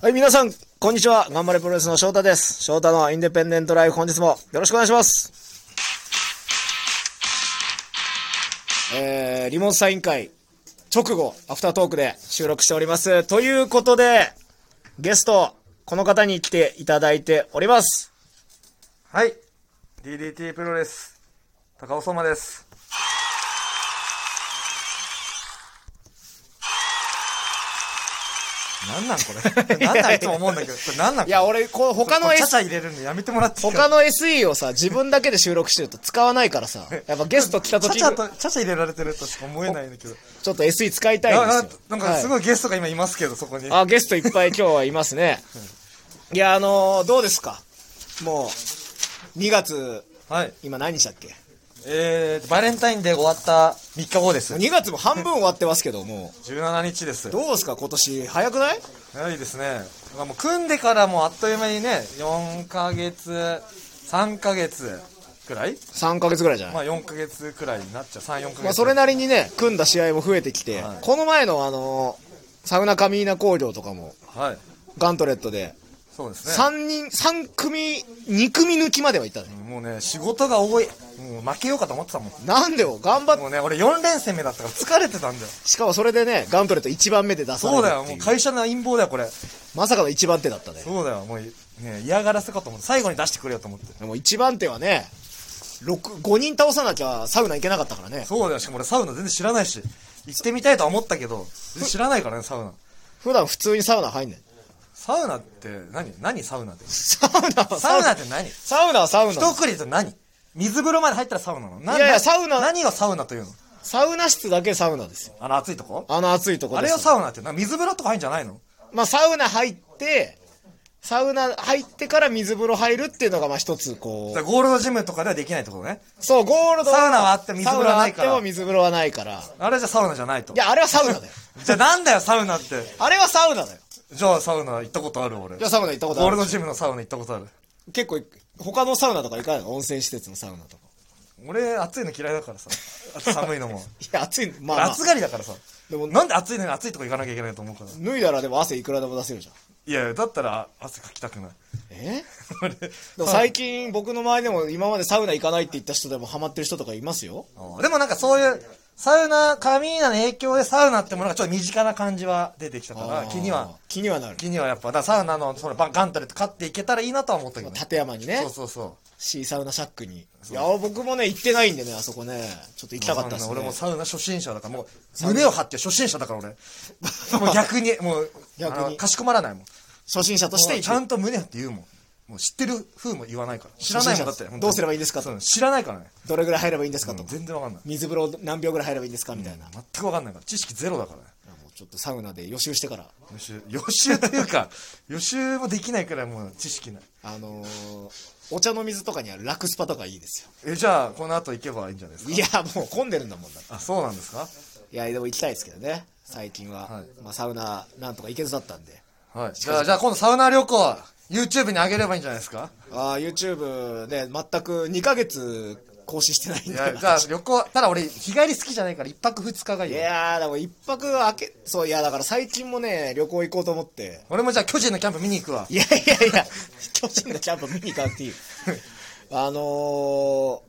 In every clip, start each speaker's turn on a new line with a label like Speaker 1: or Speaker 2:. Speaker 1: はい、皆さん、こんにちは。頑張れプロレスの翔太です。翔太のインデペンデントライフ、本日もよろしくお願いします。えー、リモートサイン会、直後、アフタートークで収録しております。ということで、ゲスト、この方に来ていただいております。
Speaker 2: はい。DDT プロレス、高尾相馬です。なんなん これ。なんなんいつも思うんだけど、これなんなん
Speaker 1: いや、俺、こう、他の
Speaker 2: ちゃ
Speaker 1: S
Speaker 2: ちゃ入れるんでやめてもらっていい
Speaker 1: 他の SE をさ、自分だけで収録してると使わないからさ、やっぱゲスト来た時に、
Speaker 2: ちゃちゃと、ちゃちゃ入れられてるとしか思えないんだけど。
Speaker 1: ちょっと SE 使いたい
Speaker 2: あ
Speaker 1: ん
Speaker 2: あ
Speaker 1: ですよ。
Speaker 2: なんかす
Speaker 1: は
Speaker 2: ごいゲストが今いますけど、そこに。
Speaker 1: い あ、ゲストいっぱい今日はいますね。 いや、あのーどうですかもう、2月、
Speaker 2: はい。
Speaker 1: 今何日だっけ
Speaker 2: えー、バレンタインデー終わった3日後です。
Speaker 1: ?2 月も半分終わってますけど、も
Speaker 2: 17日です
Speaker 1: う、。どうですか今年、早くない
Speaker 2: 早いですね。まあもう組んでからもうあっという間にね、4ヶ月、3ヶ月くらい
Speaker 1: ?3 ヶ月ぐらいじゃない、
Speaker 2: まあ4ヶ月くらいになっちゃう。3、4ヶ月。
Speaker 1: まあ、それなりにね、組んだ試合も増えてきて、
Speaker 2: はい
Speaker 1: この前のあのーサウナカミーナ工業とかも、
Speaker 2: はい。
Speaker 1: ガントレットで、
Speaker 2: そうですね。
Speaker 1: 3人、三組、2組抜きまではいったね。
Speaker 2: もうね、仕事が多い。もう負けようかと思ってたもん。
Speaker 1: なんでよ、頑張っ
Speaker 2: もうね、俺4連戦目だったから疲れてたんだよ。
Speaker 1: しかもそれでね、ガンプレット1番目で出されるっ
Speaker 2: そう
Speaker 1: てい
Speaker 2: だよ、もう会社の陰謀だよ、これ。そ
Speaker 1: まさかの1番手だったね。
Speaker 2: うだよ、もう、ね、嫌がらせかと思って、最後に出してくれよと思って。
Speaker 1: でも1番手はね、六5人倒さなきゃサウナ行けなかったからね。
Speaker 2: そうだよ、しかも俺サウナ全然知らないし、行ってみたいとは思ったけど、全然知らないからね、サウナ。
Speaker 1: 普段普通にサウナ入んねん。
Speaker 2: サウナって何何サウナって。
Speaker 1: サウナは
Speaker 2: サウナって何
Speaker 1: サウナはサウナ。
Speaker 2: 一くりと何水風呂まで入ったらサウナなのない
Speaker 1: やいやサウナ
Speaker 2: 何をサウナというの
Speaker 1: サウナ室だけサウナですよ。
Speaker 2: あの、暑いとこ
Speaker 1: あの暑いとこ
Speaker 2: あ
Speaker 1: で
Speaker 2: れ
Speaker 1: す。
Speaker 2: をサウナって、なんか水風呂とか入んじゃないの
Speaker 1: まあサウナ入って、サウナ入ってから水風呂入るっていうのがまあ一つ
Speaker 2: だ
Speaker 1: こ
Speaker 2: からゴールドジムとかではできないってことね。
Speaker 1: う。そう、ゴールド
Speaker 2: サウナはあって水風呂はないから
Speaker 1: サウナはあっても水風呂はないから。
Speaker 2: あれじゃサウナじゃないと
Speaker 1: い。や、あれはサウナだ よ。
Speaker 2: じゃあなんだよ、サウナって。
Speaker 1: あれはサウナだよ。
Speaker 2: じゃあサウナ行ったことある俺。
Speaker 1: いや、サウナ行ったことあ
Speaker 2: ゴー
Speaker 1: る
Speaker 2: ル。ドジムのサウナ行ったことある。
Speaker 1: 結構行く他のサウナとか行かないの温泉施設のサウナとか
Speaker 2: 俺、暑いの嫌いだから さ。あと寒いのも。
Speaker 1: いや暑いのまあ、まあ、
Speaker 2: 暑がりだからさ。
Speaker 1: でも
Speaker 2: なんで暑いのに暑いとこ行かなきゃいけないと思うから。
Speaker 1: 脱いだらでも汗いくらでも出せるじゃん
Speaker 2: いやいや、だったら汗かきたくない。
Speaker 1: え
Speaker 2: 俺、
Speaker 1: でも最近僕の周りでも今までサウナ行かないって言った人でもハマってる人とかいますよ
Speaker 2: あでもなんかそういう、サウナ、カミーナの影響でサウナってものがちょっと身近な感じは出てきたから、気には、
Speaker 1: 気にはなる
Speaker 2: 気にはやっぱ、だからサウナのそのバンガンタレット買っていけたらいいなとは思ったけどね。
Speaker 1: 立山にね
Speaker 2: そうそうそう。
Speaker 1: シーサウナシャックにいや僕もね行ってないんでねあそこねちょっと行きたかったですね
Speaker 2: 俺もサウナ初心者だからもう胸を張って初心者 だから俺もう逆にもう
Speaker 1: 逆
Speaker 2: 逆
Speaker 1: に
Speaker 2: にかしこまらないもん
Speaker 1: 初心者と
Speaker 2: そ
Speaker 1: し
Speaker 2: してて
Speaker 1: 行
Speaker 2: ち
Speaker 1: く
Speaker 2: ゃんと胸張って言うもんもう知ってる風も言わないから知らないもんだって
Speaker 1: 初心者
Speaker 2: 本当に
Speaker 1: どうすればいいですか
Speaker 2: そう知らないからね
Speaker 1: どれぐらい入ればいいんですかとか、
Speaker 2: 全然わかんない
Speaker 1: 水風呂何秒ぐらい入ればいいんですかみたいな、
Speaker 2: 全くわかんないから知識ゼロだからね
Speaker 1: もうちょっとサウナで予習してから
Speaker 2: 予習予習というか 予習もできないくらいもう知識ない
Speaker 1: あのーお茶の水とかにあるラクスパとかいいですよ
Speaker 2: えじゃあこの後行けばいいんじゃないですか
Speaker 1: いや、もう混んでるんだもんだって
Speaker 2: あそうなんですか
Speaker 1: いや、でも行きたいですけどね、最近は。
Speaker 2: はい
Speaker 1: まあ、サウナ、なんとか行けずだったんで。
Speaker 2: はいじゃあじゃあ今度サウナ旅行 YouTube に上げればいいんじゃないですか
Speaker 1: ああ、YouTube ね、全く2ヶ月更新してないん
Speaker 2: い
Speaker 1: で。
Speaker 2: やじゃあ旅行ただ俺日帰り好きじゃないから一泊二日がい
Speaker 1: い
Speaker 2: いよ
Speaker 1: やー、でも一泊明け、そう、いや、だから最近もね、旅行行こうと思って。
Speaker 2: 俺もじゃあ巨人のキャンプ見に行くわ。
Speaker 1: いやいやいや、巨人のキャンプ見に行かん っていう。あのー、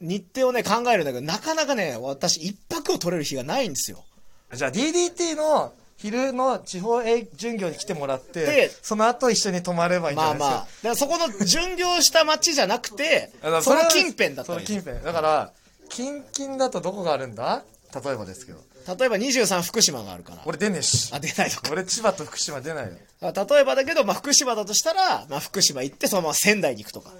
Speaker 1: 日程をね、考えるんだけど、なかなかね、私、一泊を取れる日がないんですよ。
Speaker 2: じゃあ DDT の昼の地方営巡業に来てもらって、
Speaker 1: で
Speaker 2: その後一緒に泊まればいいんじ
Speaker 1: まあ
Speaker 2: ゃない
Speaker 1: ま
Speaker 2: で
Speaker 1: あ
Speaker 2: すか。。
Speaker 1: だからそこの巡業した街じゃなくて
Speaker 2: だか、ら
Speaker 1: その
Speaker 2: れは
Speaker 1: 近辺だった
Speaker 2: そ
Speaker 1: の
Speaker 2: の
Speaker 1: よ
Speaker 2: 近辺。だから、近々だとどこがあるんだ例えばですけど。
Speaker 1: 例えば23福島があるから。
Speaker 2: 俺出ねえし。
Speaker 1: あ、出ないとか。
Speaker 2: 俺千葉と福島出ないよ。
Speaker 1: あ例えばだけど、まあ、福島だとしたら、まあ、福島行って、そのまま仙台に行くとか。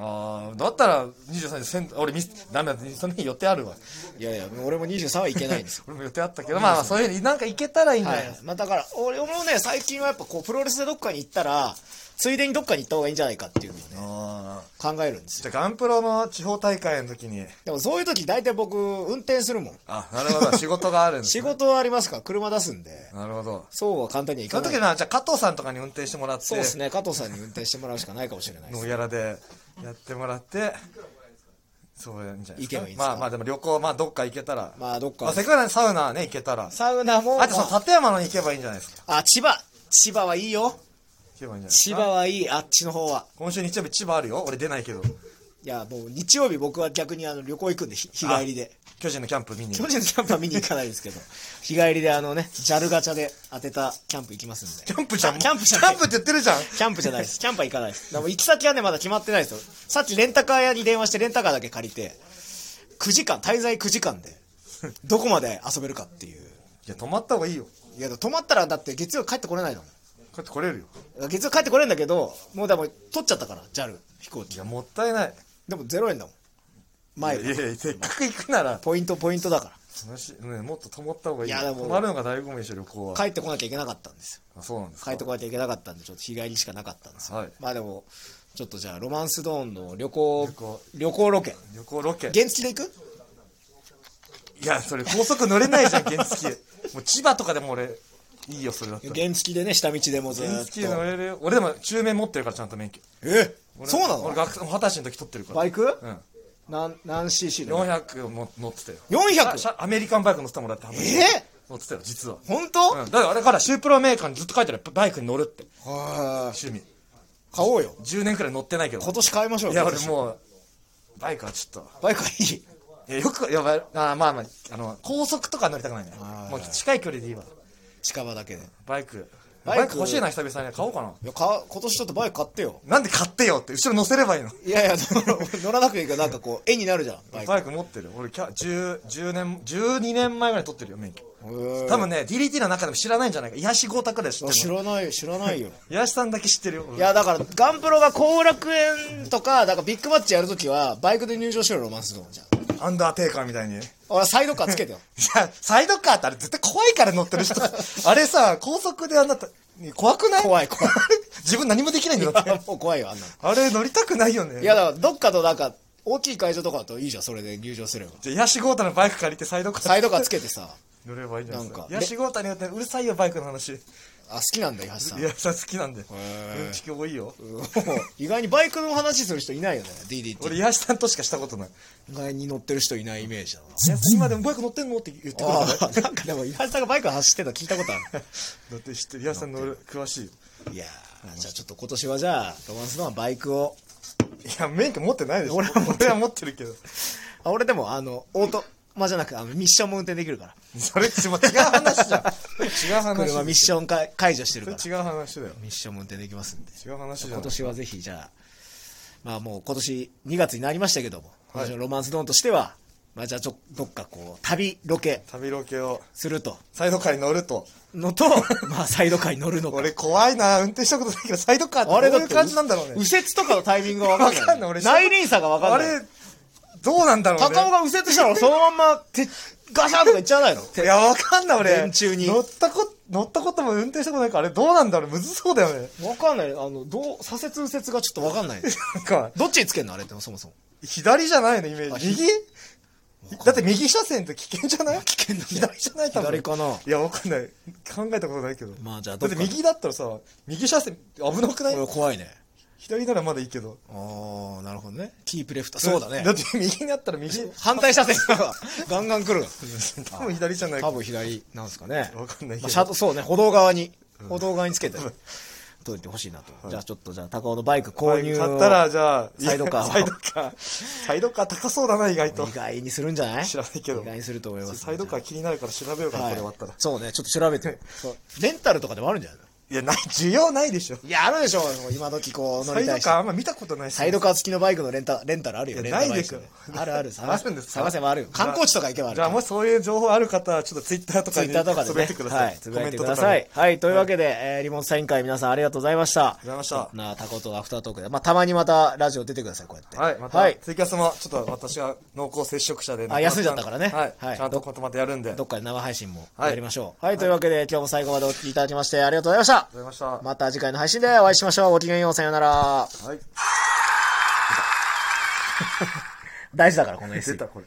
Speaker 2: ああ、だったら23日仙、俺ミス、ダメだ、その日予定あるわ。
Speaker 1: いやいや、俺も23は行けないんですよ。
Speaker 2: 俺も予定あったけど、まあまあそういうふうになんか行けたらいいんじ ゃ
Speaker 1: は
Speaker 2: ない
Speaker 1: い
Speaker 2: ですか。。
Speaker 1: まあ、だから、俺もね、最近はやっぱこう、プロレスでどっかに行ったら、ついでにどっかに行った方がいいんじゃないかっていうのをね、
Speaker 2: あー
Speaker 1: 考えるんですよ。
Speaker 2: じゃあガンプロの地方大会の時に、
Speaker 1: でもそういう時大体僕、運転するもん。
Speaker 2: あ、なるほど、 仕事があるんです
Speaker 1: 仕
Speaker 2: ね。
Speaker 1: 事はありますから、車出すんで、
Speaker 2: なるほど。
Speaker 1: そうは簡単にはい
Speaker 2: そ
Speaker 1: か
Speaker 2: の
Speaker 1: ない
Speaker 2: 時。な、じゃあ加藤さんとかに運転してもらって、
Speaker 1: そうですね、加藤さんに運転してもらうしかないかもしれないです
Speaker 2: の。やらでやってもらって、そうやんじゃないですか。
Speaker 1: 行けばいいんですか
Speaker 2: まあまあでも旅行、まあどっか行けたら。
Speaker 1: まあどっか
Speaker 2: まあせっかくなんでサウナね、行けたら。
Speaker 1: サウナも、
Speaker 2: あとその
Speaker 1: ま
Speaker 2: 立山のに行けばいいんじゃないですか。
Speaker 1: ああ、千葉。千葉はいいよ。
Speaker 2: けばいいんじゃないです
Speaker 1: 千
Speaker 2: か
Speaker 1: 葉はいい、あっちの方は。
Speaker 2: 今週日曜日千葉あるよ俺出ないけど
Speaker 1: いや、もう日曜日僕は逆にあの旅行行くんで、ひ日帰りで。
Speaker 2: 巨人のキャンプ見に
Speaker 1: 巨人のキャンプは見に行かないですけ ど、日帰りであのね、JAL ガチャで当てたキャンプ行きますんで。
Speaker 2: キャンプじゃん
Speaker 1: キャンプじゃん
Speaker 2: キャンプって言ってるじゃん
Speaker 1: キャンプじゃないです。キャンプは行かないです。でも行き先はね、まだ決まってないですよ。さっきレンタカー屋に電話してレンタカーだけ借りて、9時間、滞在9時間で、どこまで遊べるかっていう。
Speaker 2: いや泊まった方がいいよ
Speaker 1: いや、泊まったらだって月曜帰ってこれないの。
Speaker 2: こうやって来れるよ
Speaker 1: 月曜帰ってこれんだけど、もうでも取っちゃったから、JAL 飛行
Speaker 2: い
Speaker 1: 機。
Speaker 2: やもったいない
Speaker 1: でも0円だもん。前
Speaker 2: いやいやせっかく行くなら
Speaker 1: ポイント、ポイントだから。
Speaker 2: 楽しいねもっと泊まった方がいいよ
Speaker 1: いやでも
Speaker 2: 泊まるのが醍醐味でしょ旅行は
Speaker 1: 帰ってこなきゃいけなかったんですよ。
Speaker 2: あそうなんです
Speaker 1: 帰
Speaker 2: か
Speaker 1: ってこなきゃいけなかったんで、ちょっと日帰りしかなかったんですよ。
Speaker 2: はい
Speaker 1: まあでも、ちょっとじゃあ、ロマンスドーンの旅行、
Speaker 2: 旅行
Speaker 1: 旅行ロケ。
Speaker 2: 旅行ロケ
Speaker 1: 原付で行く
Speaker 2: いやそれ高速乗れないじゃん原付もう千葉とかでも俺いいよそれだったら
Speaker 1: 原付でね、下道でもず
Speaker 2: 原
Speaker 1: ー
Speaker 2: 付乗
Speaker 1: っと。
Speaker 2: れるよ俺でも中免持ってるからちゃんと免許
Speaker 1: え
Speaker 2: 俺
Speaker 1: そうな
Speaker 2: 俺
Speaker 1: の
Speaker 2: 学生二十歳の時取ってるから
Speaker 1: バイク
Speaker 2: うん
Speaker 1: なん、何 cc で
Speaker 2: 400も乗ってたよ
Speaker 1: ?400?
Speaker 2: 車アメリカンバイク乗ってたもらって
Speaker 1: え
Speaker 2: 乗ってたよ実は
Speaker 1: 本当
Speaker 2: うん、だからあれからシュープロメーカーにずっと書いてあるバイクに乗るって
Speaker 1: は
Speaker 2: 趣味
Speaker 1: い。買おうよ。
Speaker 2: 10年くらい乗ってないけど
Speaker 1: 今年買いましょう
Speaker 2: い
Speaker 1: よ
Speaker 2: や
Speaker 1: 今
Speaker 2: 俺
Speaker 1: 年
Speaker 2: もうバイクはちょっ
Speaker 1: バイクはいい。
Speaker 2: といやよくいやばいあーまあまああの高速とか乗りたくないね
Speaker 1: はい
Speaker 2: もう近い距離でいいわ
Speaker 1: 近場だけで。い
Speaker 2: バイク
Speaker 1: バ
Speaker 2: バ
Speaker 1: イ
Speaker 2: イ
Speaker 1: ク
Speaker 2: ク欲しいな久々に買おうかな
Speaker 1: や、か今年ちょっとバイク買ってよ。
Speaker 2: なんで買ってよって後ろ乗せればいいの
Speaker 1: いやいや、乗らなくていいけど、なんかこう、絵になるじゃん、バイク。
Speaker 2: バイク持ってる俺キャ 10, 10年12年前ぐらいに取ってるよ免許
Speaker 1: へー
Speaker 2: 多分ね DDT の中でも知らないんじゃないか癒し豪太くらい知ってる
Speaker 1: 知らないよ、知らないよ。
Speaker 2: 癒しさんだけ知ってるよ俺
Speaker 1: いや、だから、ガンプロが後楽園とか、だからビッグマッチやるときは、バイクで入場しろよ、ロマンスドーンじゃん。
Speaker 2: アンダーテイカーみたいに
Speaker 1: 俺、サイドカーつけ てよ。
Speaker 2: いや、サイドカーってあれ絶対怖いから乗ってる 人。あれさ、高速であんなた、怖くない
Speaker 1: 怖い怖い。
Speaker 2: 自分何もできないんだよだって。
Speaker 1: もう怖いよ、あ んなの。
Speaker 2: あれ乗りたくないよね。
Speaker 1: いや、だから、どっかとなんか、大きい会場とかだといいじゃん、それで入場すれば。
Speaker 2: じゃあ、ヤシゴータのバイク借りてサイドカー。
Speaker 1: サイドカーつけてさ、
Speaker 2: 乗ればいいじゃん。
Speaker 1: なんか
Speaker 2: ヤシゴータによってうるさいよ、バイクの話。い
Speaker 1: あ、好きなんだ、イハシさん。
Speaker 2: や、さ、好きなんで。
Speaker 1: ー
Speaker 2: うんちき多いよ。
Speaker 1: うん 意外にバイクの話する人いないよね、DDT。
Speaker 2: 俺、ヤシさんとしかしたことない。
Speaker 1: 意外に乗ってる人いないイメージだな。
Speaker 2: ヤシさん今でもバイク乗ってんのって言ってくるから
Speaker 1: あ。あ、なんかでも、イハシさんがバイク走ってたの聞いたことある。
Speaker 2: だって知ってる、ヤシさん乗る、詳しいよ。
Speaker 1: いやー、じゃあちょっと今年はじゃあ、ロマンスドーンはバイクを。
Speaker 2: いや、免許持ってないでしょ。
Speaker 1: 俺は持
Speaker 2: 俺は持ってるけど。
Speaker 1: あ俺でも、あの、オート、まあ、じゃなく、あの、ミッションも運転できるから。
Speaker 2: それ、違う話 じゃん。違う話。
Speaker 1: 車ミッションか解除してるから。
Speaker 2: それ違う話だよ。
Speaker 1: ミッションも運転できますんで。
Speaker 2: 違う話じゃ
Speaker 1: 今
Speaker 2: ん。
Speaker 1: 年はぜひ、じゃあ、まあもう今年2月になりましたけども、今
Speaker 2: はい
Speaker 1: 年のロマンスドーンとしては、まあじゃあちょ、どっかこう、旅、ロケ
Speaker 2: 旅ロケを
Speaker 1: すると、
Speaker 2: サイドカーに乗ると
Speaker 1: の と、まあサイドカーに乗るのか。
Speaker 2: 俺怖いな運転したことないけどサイドカーって
Speaker 1: あ
Speaker 2: どう
Speaker 1: れだっ
Speaker 2: い
Speaker 1: て
Speaker 2: う感じなんだろうね
Speaker 1: 右折とかのタイミングが分かん
Speaker 2: わか
Speaker 1: ない。
Speaker 2: んない俺
Speaker 1: 内輪差が分か
Speaker 2: あ
Speaker 1: んない。
Speaker 2: れどうなんだろうね
Speaker 1: 高尾が右折したらそのまんま、てガシャンとかいっちゃわないの
Speaker 2: いやわかんない俺
Speaker 1: 電柱に
Speaker 2: 乗ったこ乗ったことも運転したことないからあれどうなんだろうむずそうだよね
Speaker 1: 分かんない。あの、どう、左折右折がちょっと分かんない。
Speaker 2: なんか
Speaker 1: どっちにつけんのあれってそもそも。
Speaker 2: 左じゃないのイメージ右だって右車線って危険じゃない危険
Speaker 1: だね
Speaker 2: 左じゃない多分
Speaker 1: 左かない
Speaker 2: やわかんない考えたことないけど
Speaker 1: まあじゃあど
Speaker 2: だ
Speaker 1: っ
Speaker 2: っ
Speaker 1: か
Speaker 2: て右だったらさ右車線危なくない
Speaker 1: これ怖いね。
Speaker 2: 左ならまだいいけど
Speaker 1: ああ、なるほどね。キープレフト。そうだね
Speaker 2: だ。って右にあったら右
Speaker 1: 反対車線がガンガン来る。
Speaker 2: 多分左じゃない
Speaker 1: 多分左なんですかね。
Speaker 2: わかんないけど
Speaker 1: まあ車道そうね、歩道側に、歩道側につけて、といてほしいなと。じゃあちょっと、じゃあ高尾のバイク購入を
Speaker 2: 買ったら、じゃあ、
Speaker 1: サイドカーを
Speaker 2: サイドカー。サイドカー高そうだな、意外と
Speaker 1: 意。外にするんじゃない
Speaker 2: 知らないけど
Speaker 1: 意外にすると思います。
Speaker 2: サイドカー気になるから調べようかな、
Speaker 1: はい
Speaker 2: これ終わったら。
Speaker 1: そうね、ちょっと調べ て。そうレンタルとかでもあるんじゃないの
Speaker 2: いや、ない、需要ないでしょ。
Speaker 1: いや、あるでしょう。今時こう乗
Speaker 2: サ
Speaker 1: り
Speaker 2: イド
Speaker 1: たいし。
Speaker 2: カーあんま見たことない
Speaker 1: サイドカー付きのバイクのレンタレンタルあるよ。
Speaker 2: いや
Speaker 1: レンタル
Speaker 2: ないでしょ
Speaker 1: バイクねあるあ る。探
Speaker 2: あるんですか
Speaker 1: 探せばあるよ。観光地とか行けばある
Speaker 2: じ
Speaker 1: か
Speaker 2: ゃ
Speaker 1: ら。
Speaker 2: あ、もしそういう情報ある方は、ちょっとツイッターとか
Speaker 1: ツイ
Speaker 2: に
Speaker 1: ッターとかで
Speaker 2: つぶ
Speaker 1: ね。
Speaker 2: やいてください。
Speaker 1: つぶやいてく
Speaker 2: コメ
Speaker 1: だ
Speaker 2: ントとか
Speaker 1: さ
Speaker 2: に
Speaker 1: い。はい。というわけで、えーリモンサイン会皆さんありがとうございました。あ
Speaker 2: りがとうございました
Speaker 1: なタコとアフタートークで。まあ、たまにまたラジオ出てください、こうやって。
Speaker 2: はい、ま
Speaker 1: は
Speaker 2: た、
Speaker 1: い。
Speaker 2: ツイキャスも、ちょっと私が濃厚接触者で。
Speaker 1: あ休んじゃったからね
Speaker 2: はい
Speaker 1: はい。
Speaker 2: ちゃんとことまたやるんで。あり
Speaker 1: ど
Speaker 2: がと
Speaker 1: っかで生配信も
Speaker 2: はい
Speaker 1: やりましょう。はい。というわけで、今日も最後までお聞きいただきまして、ありがとうございました
Speaker 2: うご。ざいました。
Speaker 1: また次回の配信でお会いしましょう。ごきげんよう、さようなら。
Speaker 2: はい。
Speaker 1: 大事だから、この S
Speaker 2: 出。た、これ。